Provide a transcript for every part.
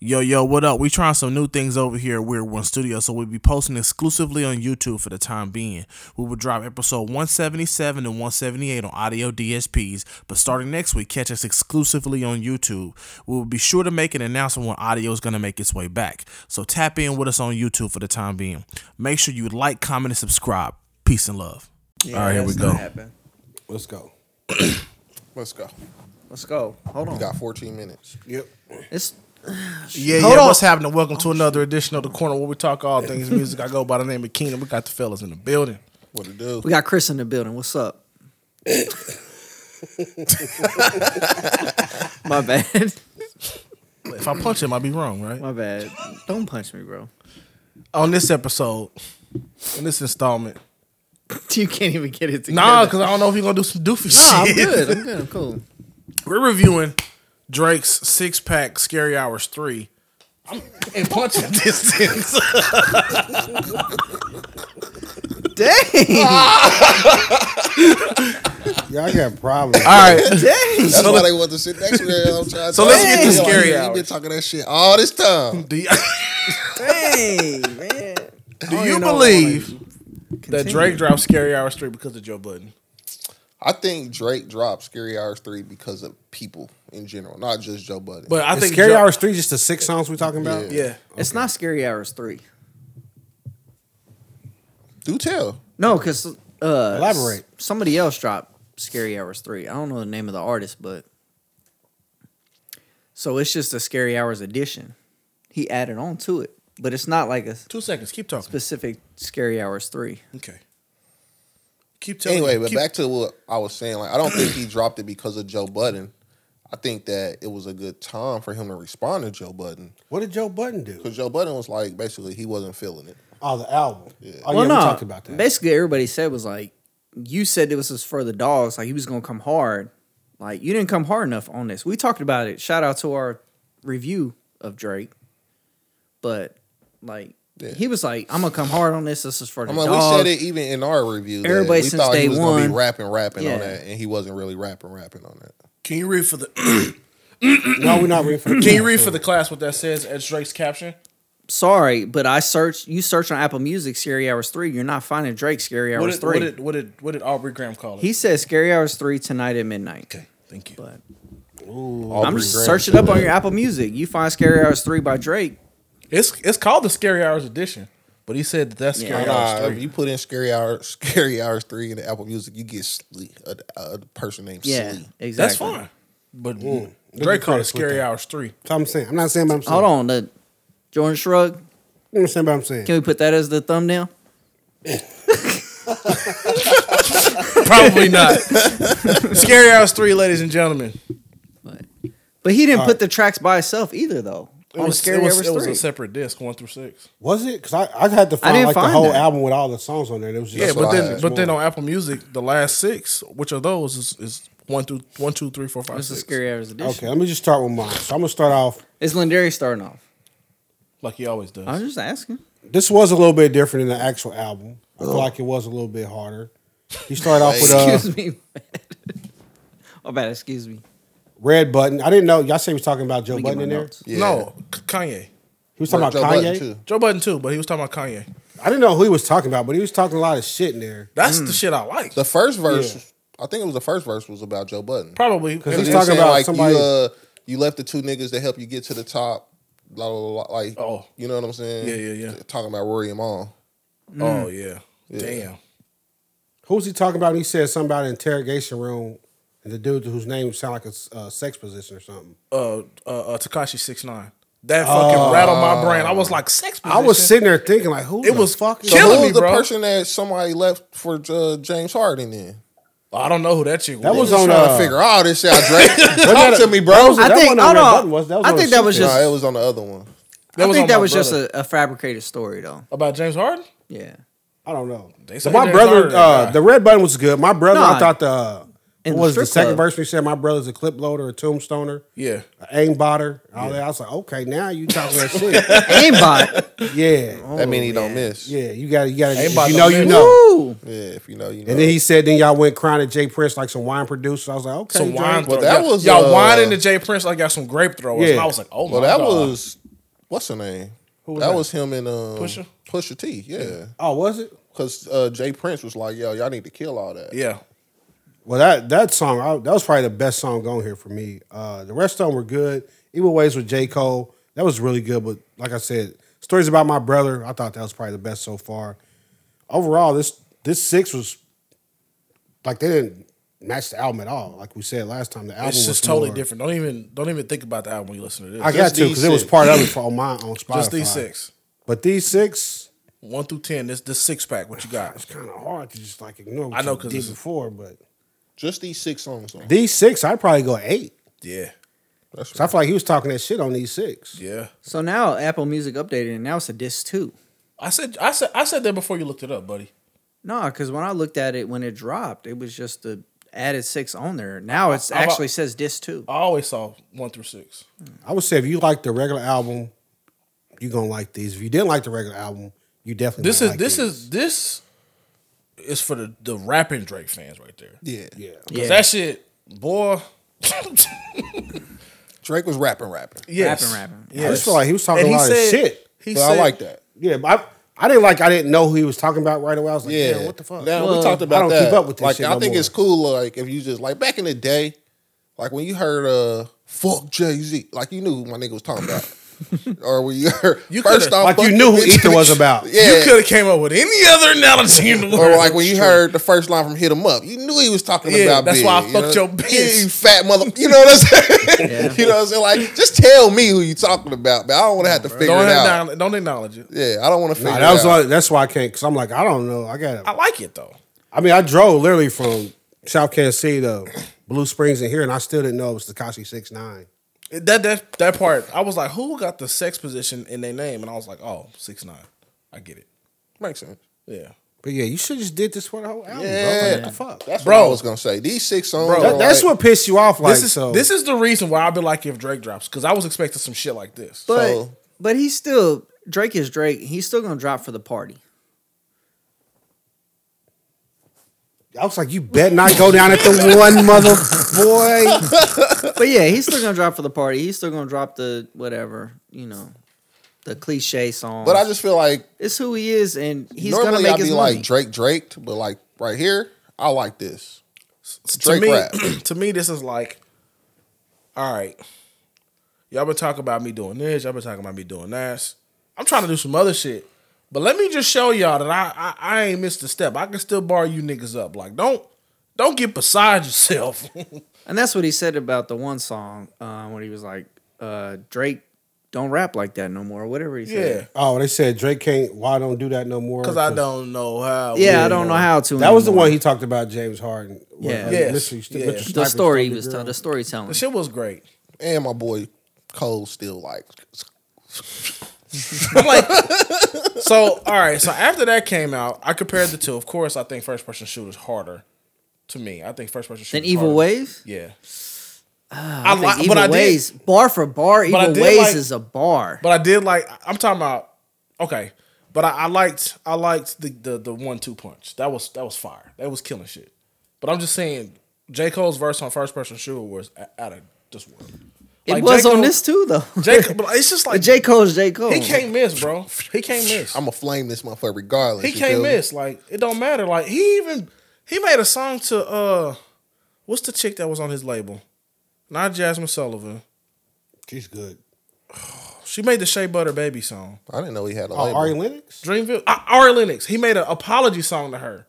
Yo, yo, what up? We trying some new things over here at Weird One Studio, so we'll be posting exclusively on YouTube for the time being. We will drop episode 177 and 178 on audio DSPs, but starting next week, catch us exclusively on YouTube. We will be sure to make an announcement when audio is going to make its way back, so tap in with us on YouTube for the time being. Make sure you like, comment, and subscribe. Peace and love. All right, here we that's not go. happening. Let's go. Let's go. Let's go. Hold We on. got 14 minutes. Yep. It's Yeah, Hold yeah. on. Oh, What's happening? Welcome to another edition of the Corner where we talk all things music. I go by the name of Keenan. We got the fellas in the building. What it do? we got Chris in the building. What's up? My bad. If I punch him, I'll be wrong, right? My bad. Don't punch me, bro. On this episode, in this installment, You can't even get it together. nah, because I don't know if you're gonna do some doofy Nah, I'm shit. good. I'm good. I'm cool. We're reviewing Drake's six pack Scary Hours three. I'm in punching distance. Dang. Y'all got problems. all right, Dang. That's why they want to sit next to me. I'm trying to So let's get to scary You've been talking that shit all this time. do you, Dang, man. do I don't you even know believe Continue. that Drake dropped Scary Hours three because of Joe Budden? I think Drake dropped Scary Hours 3 because of people in general, not just Joe Budden. But I Is think Scary Joe- Hours 3 just the six songs we talking about? Yeah, It's not Scary Hours 3. do tell. No, because uh, Elaborate. s- somebody else dropped Scary Hours three. I don't know the name of the artist, but so it's just a Scary Hours edition. He added on to it, but it's not like a two seconds. Keep talking. specific Scary Hours three. Okay. Keep telling. Anyway, but keep- back to what I was saying. Like, I don't think he dropped it because of Joe Budden. I think that it was a good time for him to respond to Joe Budden What did Joe Button do? because Joe Budden was like, basically, he wasn't feeling it. Oh, the album. Oh, well, yeah, no, we talked about that. basically everybody said was like, you said this was for the dogs. Like he was gonna come hard. Like you didn't come hard enough on this. We talked about it. Shout out to our review of Drake, but like. Yeah. He was like, "I'm gonna come hard on this. This is for the I mean, dogs." we said it even in our review. That Everybody we since thought day he was gonna one. be rapping, rapping Yeah. on that, and he wasn't really rapping, rapping on that. can you read for the? no, we're not reading for Can you read for the class what that says as Drake's caption? sorry, but I searched. You search on Apple Music, Scary Hours Three. You're not finding Drake Scary What did, Hours Three. what did what did what did Aubrey Graham call it? he says Scary Hours Three tonight at midnight. okay, thank you. But Aubrey I'm just Graham searching said up on that. your Apple Music. You find Scary Hours Three by Drake. It's it's called the Scary Hours edition, but he said that that's Scary Yeah. Nah, Hours if three. you put in Scary Hours, Scary Hours three in the Apple Music, you get Slee, a, a person named Yeah, Slee. exactly. That's fine, Mm. but Drake called it Scary Hours three. So I'm saying. I'm not saying what I'm saying. Hold on, the Jordan Shrug. I'm not saying what I'm saying. Can we put that as the thumbnail? Probably not. Scary Hours three, ladies and gentlemen. But but he didn't put the tracks by itself either, though. It on was, Scary it was, Hours it was Three. a separate disc, one through six. Was it? Because I, I had to find didn't like the find whole that. album with all the songs on there. It was just Yeah, That's but what I then asked but then on Apple Music, the last six, which are those, is, is one through one, two, three, four, five, It's the six. Scary Hours edition. Okay, let me just start with mine. So I'm gonna start off. Is Lindari starting off? Like he always does. I'm just asking. This was a little bit different than the actual album. I feel like it was a little bit harder. He started off with uh, Excuse me. oh, bad. Excuse me. Red Button. I didn't know y'all say he was talking about Joe Let me get Button my in there. notes. Yeah. No, K- Kanye. He was talking Joe about Budden, Kanye. too. Joe Budden too, but he was talking about Kanye. I didn't know who he was talking about, but he was talking a lot of shit in there. That's Mm. the shit I like. The first verse, Yeah. I think it was the first verse, was about Joe Budden. Probably because he's He talking said, about like somebody- you, uh, you left the two niggas that help you get to the top. Blah, blah, blah, like, Oh. you know what I'm saying? Yeah, yeah, yeah. Talking about Rory and Mom. Oh yeah. Mm. Yeah. Damn. Who was he talking about? He said something about an interrogation room, and the dude whose name sounded like a uh, sex position or something. Uh uh, uh Takashi six nine. That fucking rattled my brain. I was like sex I was position? sitting there thinking, like, who? It the was fuck is- So Killing who me, was the bro. person that somebody left for uh, James Harden then? I don't know who that chick was. That was I'm on. trying Uh, to figure all this shit out, Drake. that Talk a- to me, bro. was- I that think. wasn't on Hold Red on. Button, was it? That was I on think the that shit was page. just. Nah, it was on the other one. That I was think on that my was just brother. a, a fabricated story, though. about James Harden. Yeah. I don't know. They So say my James brother, Harden, uh, guy. the red button was good. My brother, Nah. I thought the uh, In what the was the strip second club. verse when he said my brother's a clip loader, a tombstoner, Yeah. an aim botter, all that. I was like, okay, now you talking that shit. Aimbot. Yeah, That mean he don't man. miss. yeah. You got to, you got to. Aim If botter you know, you don't know. Woo. Yeah, if you know, you know. And then he said, then y'all went crying at Jay Prince like some wine producer. I was like, okay, Some Drake. wine. Well, throw- that y'all- was, y'all uh, whining to Jay Prince. I got some grape throwers. Yeah. And I was like, oh my well, that god. was what's her name? Who was that, that? was him and um, Pusha? Pusha T. Yeah, Oh, was it? because uh, Jay Prince was like, "Yo, y'all need to kill all that." Yeah. Well, that that song I, that was probably the best song on here for me. Uh, the rest of them were good. Evil Ways with J Cole that was really good. But like I said, stories about my brother I thought that was probably the best so far. Overall, this this six was like they didn't match the album at all. Like we said last time, the album It's was just totally more- different. Don't even don't even think about the album when you listen to this. I got Just to these because it was six. part of it for on my on Spotify. just these six. but these six One through ten. This this six pack. What you got? it's kind of hard to just like ignore. What I know, you 'cause did it's- before, but Just these six songs. On. these six I'd probably go eight. Yeah. That's So I right. feel like he was talking that shit on these six. Yeah. So now Apple Music updated, and now it's a disc too. I said I said I said that before you looked it up, buddy. No, because when I looked at it when it dropped, it was just the added six on there. Now it's I've- actually says disc two. I always saw one through six. I would say if you like the regular album, you gonna like these. If you didn't like the regular album, you definitely This not is like this these. is this is for the the rapping Drake fans right there. yeah. yeah. Cause Yeah. that shit, boy. Drake was rapping, rapping. yes. rapping. Yes. I just feel like he was talking And a he lot said- of shit. He but said, I like that. Yeah, but I, I didn't like. I didn't know who he was talking about right away. I was like, Yeah, yeah, what the fuck? Now Well, we talked I about don't that. keep up with this like, shit I no think more. it's cool. Like if you just like back in the day, like when you heard uh "fuck Jay Z," like you knew who my nigga was talking about. or when you heard You first coulda- off, like fuck you knew who bitch. Ether was about. You Yeah. could have came up with any other analogy in the world. or like when you heard the first line from "Hit 'Em Up," you knew he was talking Yeah, about. that's Big, why I you fucked know? your bitch. Yeah, you fat mother. You know what I'm saying? Yeah. you know what I'm saying? Like, just tell me who you talking about, but I don't want to have to figure don't, it out. acknowledge, don't acknowledge it. Yeah, I don't want to figure Nah, it that was out. why, that's why I can't. Cause I'm like, I don't know. I got. I to like it though. I mean, I drove literally from South Kansas City to Blue Springs in here, and I still didn't know it was Takashi Six Nine. It- That that that part, I was like, who got the sex position in their name? And I was like, oh, six nine. I get it. Makes sense. Yeah. But yeah, you should just did this for the whole album. Yeah. bro. Like, what the fuck? That's Bro. what I was gonna say. These six songs. Bro. are That- that's like- what pissed you off. Like this is so. this is the reason why I've been like if Drake drops because I was expecting some shit like this. But So- but he's still Drake is Drake. He's still gonna drop for the party. I was like, you bet not go down at the one mother boy. But yeah, he's still gonna drop for the party. He's still gonna drop the whatever you know, the cliche song. But I just feel like it's who he is, and he's gonna normally make I'd his be money. like Drake Draked, but like right here, I like this. to Drake me, rap. to me, this is like, all right, y'all been talking about me doing this, y'all been talking about me doing that. I'm trying to do some other shit, but let me just show y'all that I I, I ain't missed a step. I can still bar you niggas up. Like don't don't get beside yourself. and that's what he said about the one song uh, when he was like, uh, "Drake, don't rap like that no more," or whatever he yeah, said. Oh, they said Drake can't. Why don't do that no more? because I don't know how. Yeah, I don't know how to. That was the anymore. one he talked about James Harden. Well, Yeah. uh, Yes. Mr. St- Yeah. Mr. The The Sniper's story he Stony was Girl. telling. The storytelling. The shit was great. And my boy Cole still like I'm like, so all right. So after that came out, I compared the two. Of course, I think first person shooters harder to me. I think first person shooters Then Evil harder. Ways. Yeah, I I, think like- Evil but I did- Ways bar for bar. I Evil did Ways like- is a bar. but I did like. I'm talking about okay, but I, I liked I liked the the, the one two punch. That was that was fire. That was killing shit. But I'm just saying, J Cole's verse on first person shooter was a- out of this world. It Like, was J. on Cole- this too though. J. Cole, but it's just like But J Cole's J Cole. he can't miss, bro. He can't miss. I'm gonna flame this motherfucker regardless. He you can't feel me? miss. Like it don't matter. Like he even he made a song to uh, what's the chick that was on his label? Not Jasmine Sullivan. She's good. She made the Shea Butter Baby song. I didn't know he had a Oh, label. Ari Lennox. Dreamville. Uh, Ari Lennox. He made an apology song to her.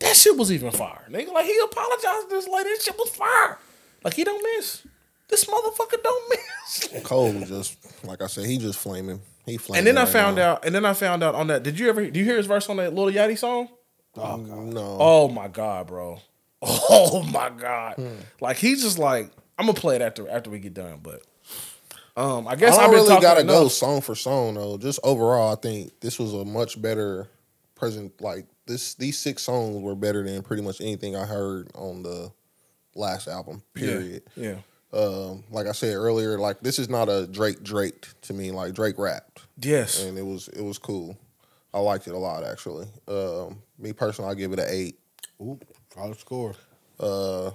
That shit was even fire, nigga. Like he apologized to this lady. That shit was fire. Like he don't miss. This motherfucker don't miss. Cole just like I said, he just flaming. He flaming. And then I found out. And then I found out on that. Did you ever? Do you hear his verse on that Little Yachty song? no. Oh my god, bro. Oh my god. Hmm. Like he's just like I'm gonna play it after after we get done, but um I guess I've I don't been really talking gotta go enough. song for song though. Just overall, I think this was a much better present. Like this, these six songs were better than pretty much anything I heard on the last album. Period. Yeah. Um, like I said earlier, like this is not a Drake Drake to me. Like Drake rapped, Yes. and it was it was cool. I liked it a lot actually. Um, me personally, I give it an eight. Ooh, I'll score. Uh,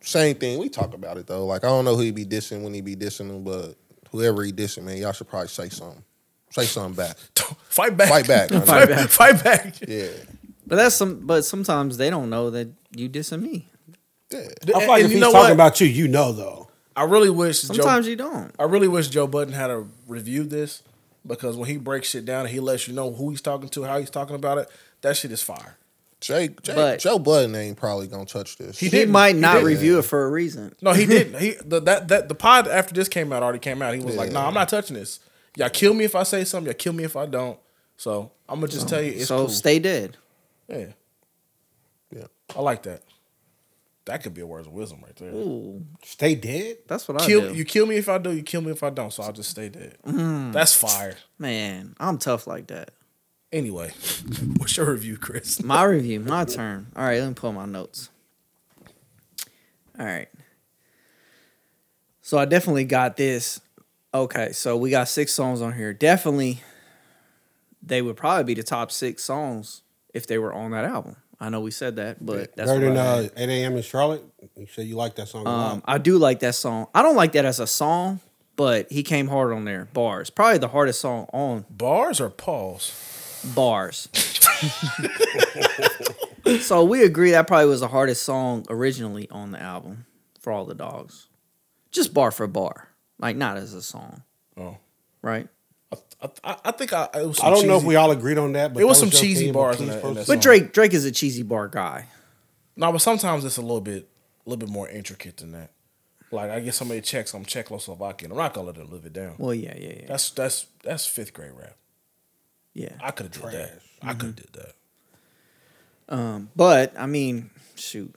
same thing. We talk about it though. Like I don't know who he be dissing when he be dissing him, but whoever he dissing, man, y'all should probably say something. Say something back. Fight back. Fight back. Fight back. Fight back. Fight back. Yeah. But that's some. But sometimes they don't know that you dissing me. Yeah. I And- feel like and if you he's know talking what? about you, you know though. I really wish Sometimes Joe. you don't. I really wish Joe Button had a reviewed this because when he breaks shit down and he lets you know who he's talking to, how he's talking about it, that shit is fire. Jake, Jake But- Joe Budden ain't probably gonna touch this. He He, didn't. might He not didn't. review it for a reason. No, he didn't. He the, that that the pod after this came out already came out. He was like, "No, nah, I'm not touching this. Y'all kill me if I say something. Y'all kill me if I don't." So I'm gonna just tell you, it's so cool. stay dead. yeah, Yeah. I like that. That could be a words of wisdom right there. Ooh, Stay dead. that's what I Kill do. Mm. you, kill me if I do. You kill me if I don't. So I'll just stay dead. That's fire. Man, I'm tough like that. Anyway, what's your review, Chris? My review, my turn. All right, let me pull my notes. All right. So I definitely got this. Okay, so we got six songs on here. Definitely, they would probably be the top six songs if they were on that album. I know we said that, but that's Better what than I had. uh, 8 a.m. in Charlotte. You said you like that song a Um, lot. I do like that song. I don't like that as a song, but he came hard on there. Bars, probably the hardest song on Bars or pause? bars. so we agree that probably was the hardest song originally on the album for all the dogs, just bar for bar, like not as a song, Oh, right? I, I, I think I. It was some I don't know if cheesy- we all agreed on that, but It was that some your cheesy opinion, bars please in that- in post that it. song. But Drake, Drake is a cheesy bar guy. No, but sometimes it's a little bit, a little bit more intricate than that. Like I get somebody checks, I'm Czechoslovakian. I'm not gonna let them live it down. Well, yeah, yeah, yeah, That's that's that's fifth grade rap. yeah. I could have did that. I could have did that. Um, but I mean, shoot.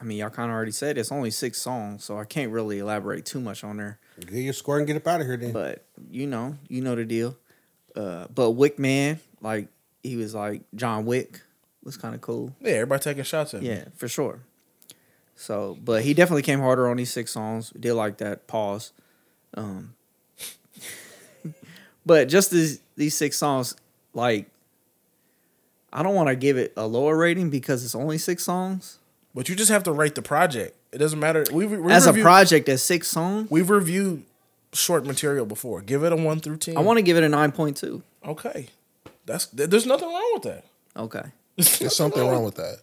I mean, y'all kind of already said it's only six songs, so I can't really elaborate too much on there. Get your score and get up out of here then. But you know, you know the deal. Uh, but Wick Man, like he was like John Wick, was kind of cool. Yeah, everybody taking shots at me. Yeah, for sure. So, but he definitely came harder on these six songs. Did like that pause. Um, but just these these six songs, like I don't want to give it a lower rating because it's only six songs. But you just have to rate the project. It doesn't matter. We, we, we As reviewed, a project, as six songs, we've reviewed short material before. Give it a one through ten. I want to give it a nine point two. Okay, that's th- there's nothing wrong with that. Okay. There's There's something wrong with that.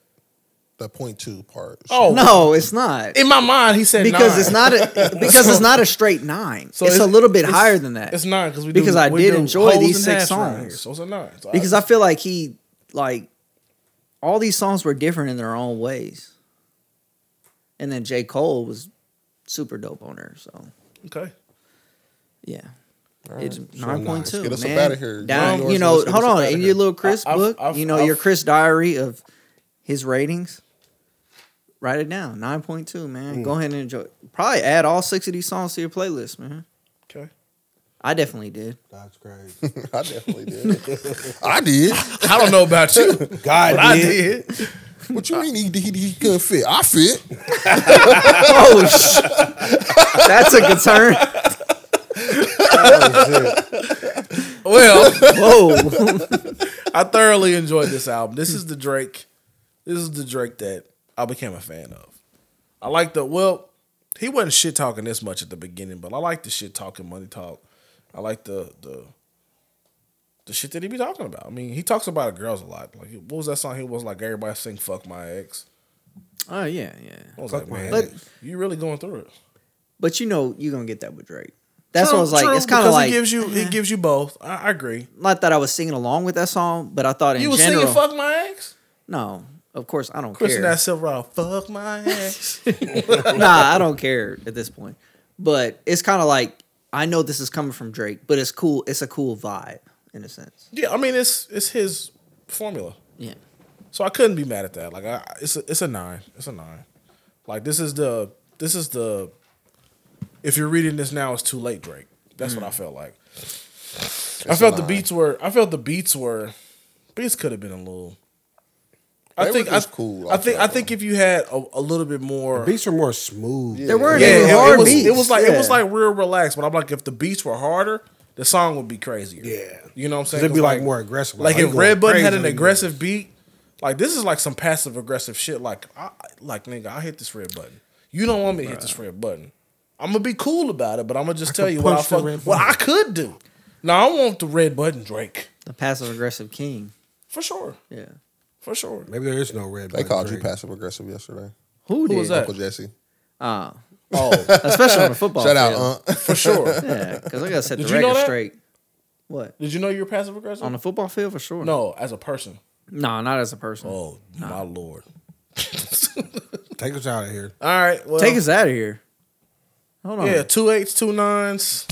The point two part. Oh No, it's not. In my mind, he said because nine. it's not a because it's not a straight nine. So it's, a little bit it's- higher than that. It's nine because we do- Because I we did do enjoy hoes these and six hash around songs. here, so it's a nine. So because I feel like he like all these songs were different in their own ways. And then J. Cole was super dope on her, so okay. yeah. It's So nine point two. Get us up man. outta here. Down, Yours, you know, let's get hold us up on. outta In here. your little Chris I- I've- book, I've- you know, I've- your Chris diary of his ratings. Write it down. Nine point two, man. Hmm. Go ahead and enjoy. it. Probably add all six of these songs to your playlist, man. Okay. I definitely did. That's crazy. I definitely did. I did. I don't know about you, but God I did. did. What you mean he, he, he couldn't fit? I fit. Oh, sh- that took a turn. Oh, shit. Well, Whoa. I thoroughly enjoyed this album. This is the Drake. This is the Drake that I became a fan of. I like the well, he wasn't shit talking this much at the beginning, but I like the shit talking money talk. I like the the the shit that he be talking about. I mean, he talks about girls a lot. Like, what was that song? He was like, "Everybody sing fuck my ex." Oh yeah, yeah. I was Fuck like, my man, ex. you really going through it. But you know you're gonna get that with Drake. That's True, what I was like. true, it's kind because of like it gives you it gives you both. I, I agree. not that I was singing along with that song, but I thought in you was general. singing "Fuck My Ex." no, of course I don't Chris and care. that Silver out, "Fuck My Ex." nah, I don't care at this point. But it's kind of like I know this is coming from Drake, but it's cool. It's a cool vibe in a sense. yeah, I mean it's it's his formula, Yeah. so I couldn't be mad at that. Like, I, it's a, it's a nine, it's a nine. Like this is the this is the if you're reading this now, it's too late, Drake. That's what I felt like. I It's felt the a nine. beats were I felt the beats were beats could have been a little. I think I, Everything's cool I off think that I think if you had a, a little bit more Beats are more smooth. There weren't Yeah, any it, hard it was, beats. It was like it was Yeah. like real relaxed, but I'm like, if the beats were harder, the song would be crazier. Yeah. you know what I'm saying? It'd be, 'Cause, like, more aggressive. Like, Like, I'm if going Red Button crazy had an on these aggressive beat, like this is like some passive aggressive shit. Like, I, like nigga, I hit this red button. You don't want me to hit this red button. I'm gonna be cool about it, but I'm gonna just tell you what I punch the fuck, red what I could do. Now I want the red button Drake The passive aggressive king. for sure, Yeah. for sure. Maybe there is no red. They button called Drake. you passive aggressive yesterday. Who, did? was that? Uncle Jesse. Uh, oh, especially on the football Shout field. out, uh. For sure. Yeah, because I gotta set the Did you know record that? straight. What Did you know you're passive aggressive? on the football field for sure? no, as a person. no, not as a person. Oh my lord. Take us out of here. All right. Well, Take us out of here. Hold on. Yeah, two eights, two nines.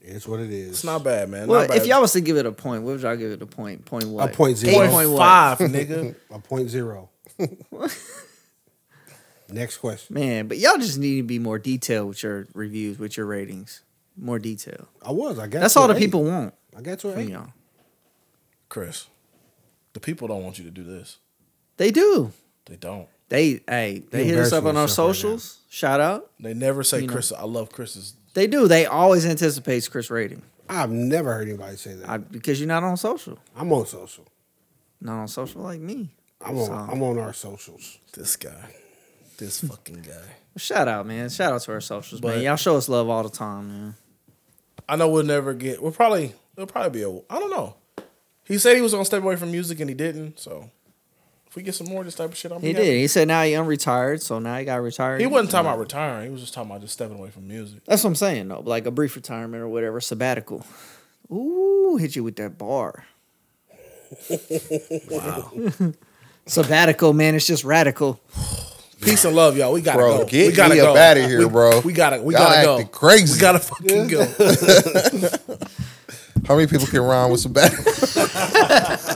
It's what it is. It's not bad, man. well, not bad. if y'all was to give it a point, what would y'all give it a point? Point what? point Eight zero. point what? five, nigga. a point zero. Next question. Man, but y'all just need to be more detailed with your reviews, with your ratings. More detail. I was. I got. That's to all an the eight. people want I got to an from eight. y'all. Chris, the people don't want you to do this. They do. They don't. They hey, they hit us up on our embarrassing yourself right now. socials. Shout out. They never say You know. Chris. I love Chris's. They do. They always anticipates Chris rating I've never heard anybody say that. I, I, because you're not on social. am on social. Not on social like me. I'm on. So- I'm on our socials. This guy. This fucking guy. Shout out, man. Shout out to our socials, But- man. Y'all show us love all the time, man. I know we'll never get. We'll probably. It'll probably be a. I don't know. He said he was gonna step away from music and he didn't. So if we get some more of this type of shit, I'm. He did. He said now he unretired, so now he got retired. He wasn't talking about retiring. He was just talking about just stepping away from music. That's what I'm saying though, like a brief retirement or whatever, sabbatical. Ooh, hit you with that bar. wow. sabbatical, man, it's just radical. Peace and love, y'all. We gotta Bro, go. get we gotta me go. up outta here, we, bro. We gotta. We Y'all gotta go. acting crazy. We gotta fucking go. How many people can rhyme with some bad?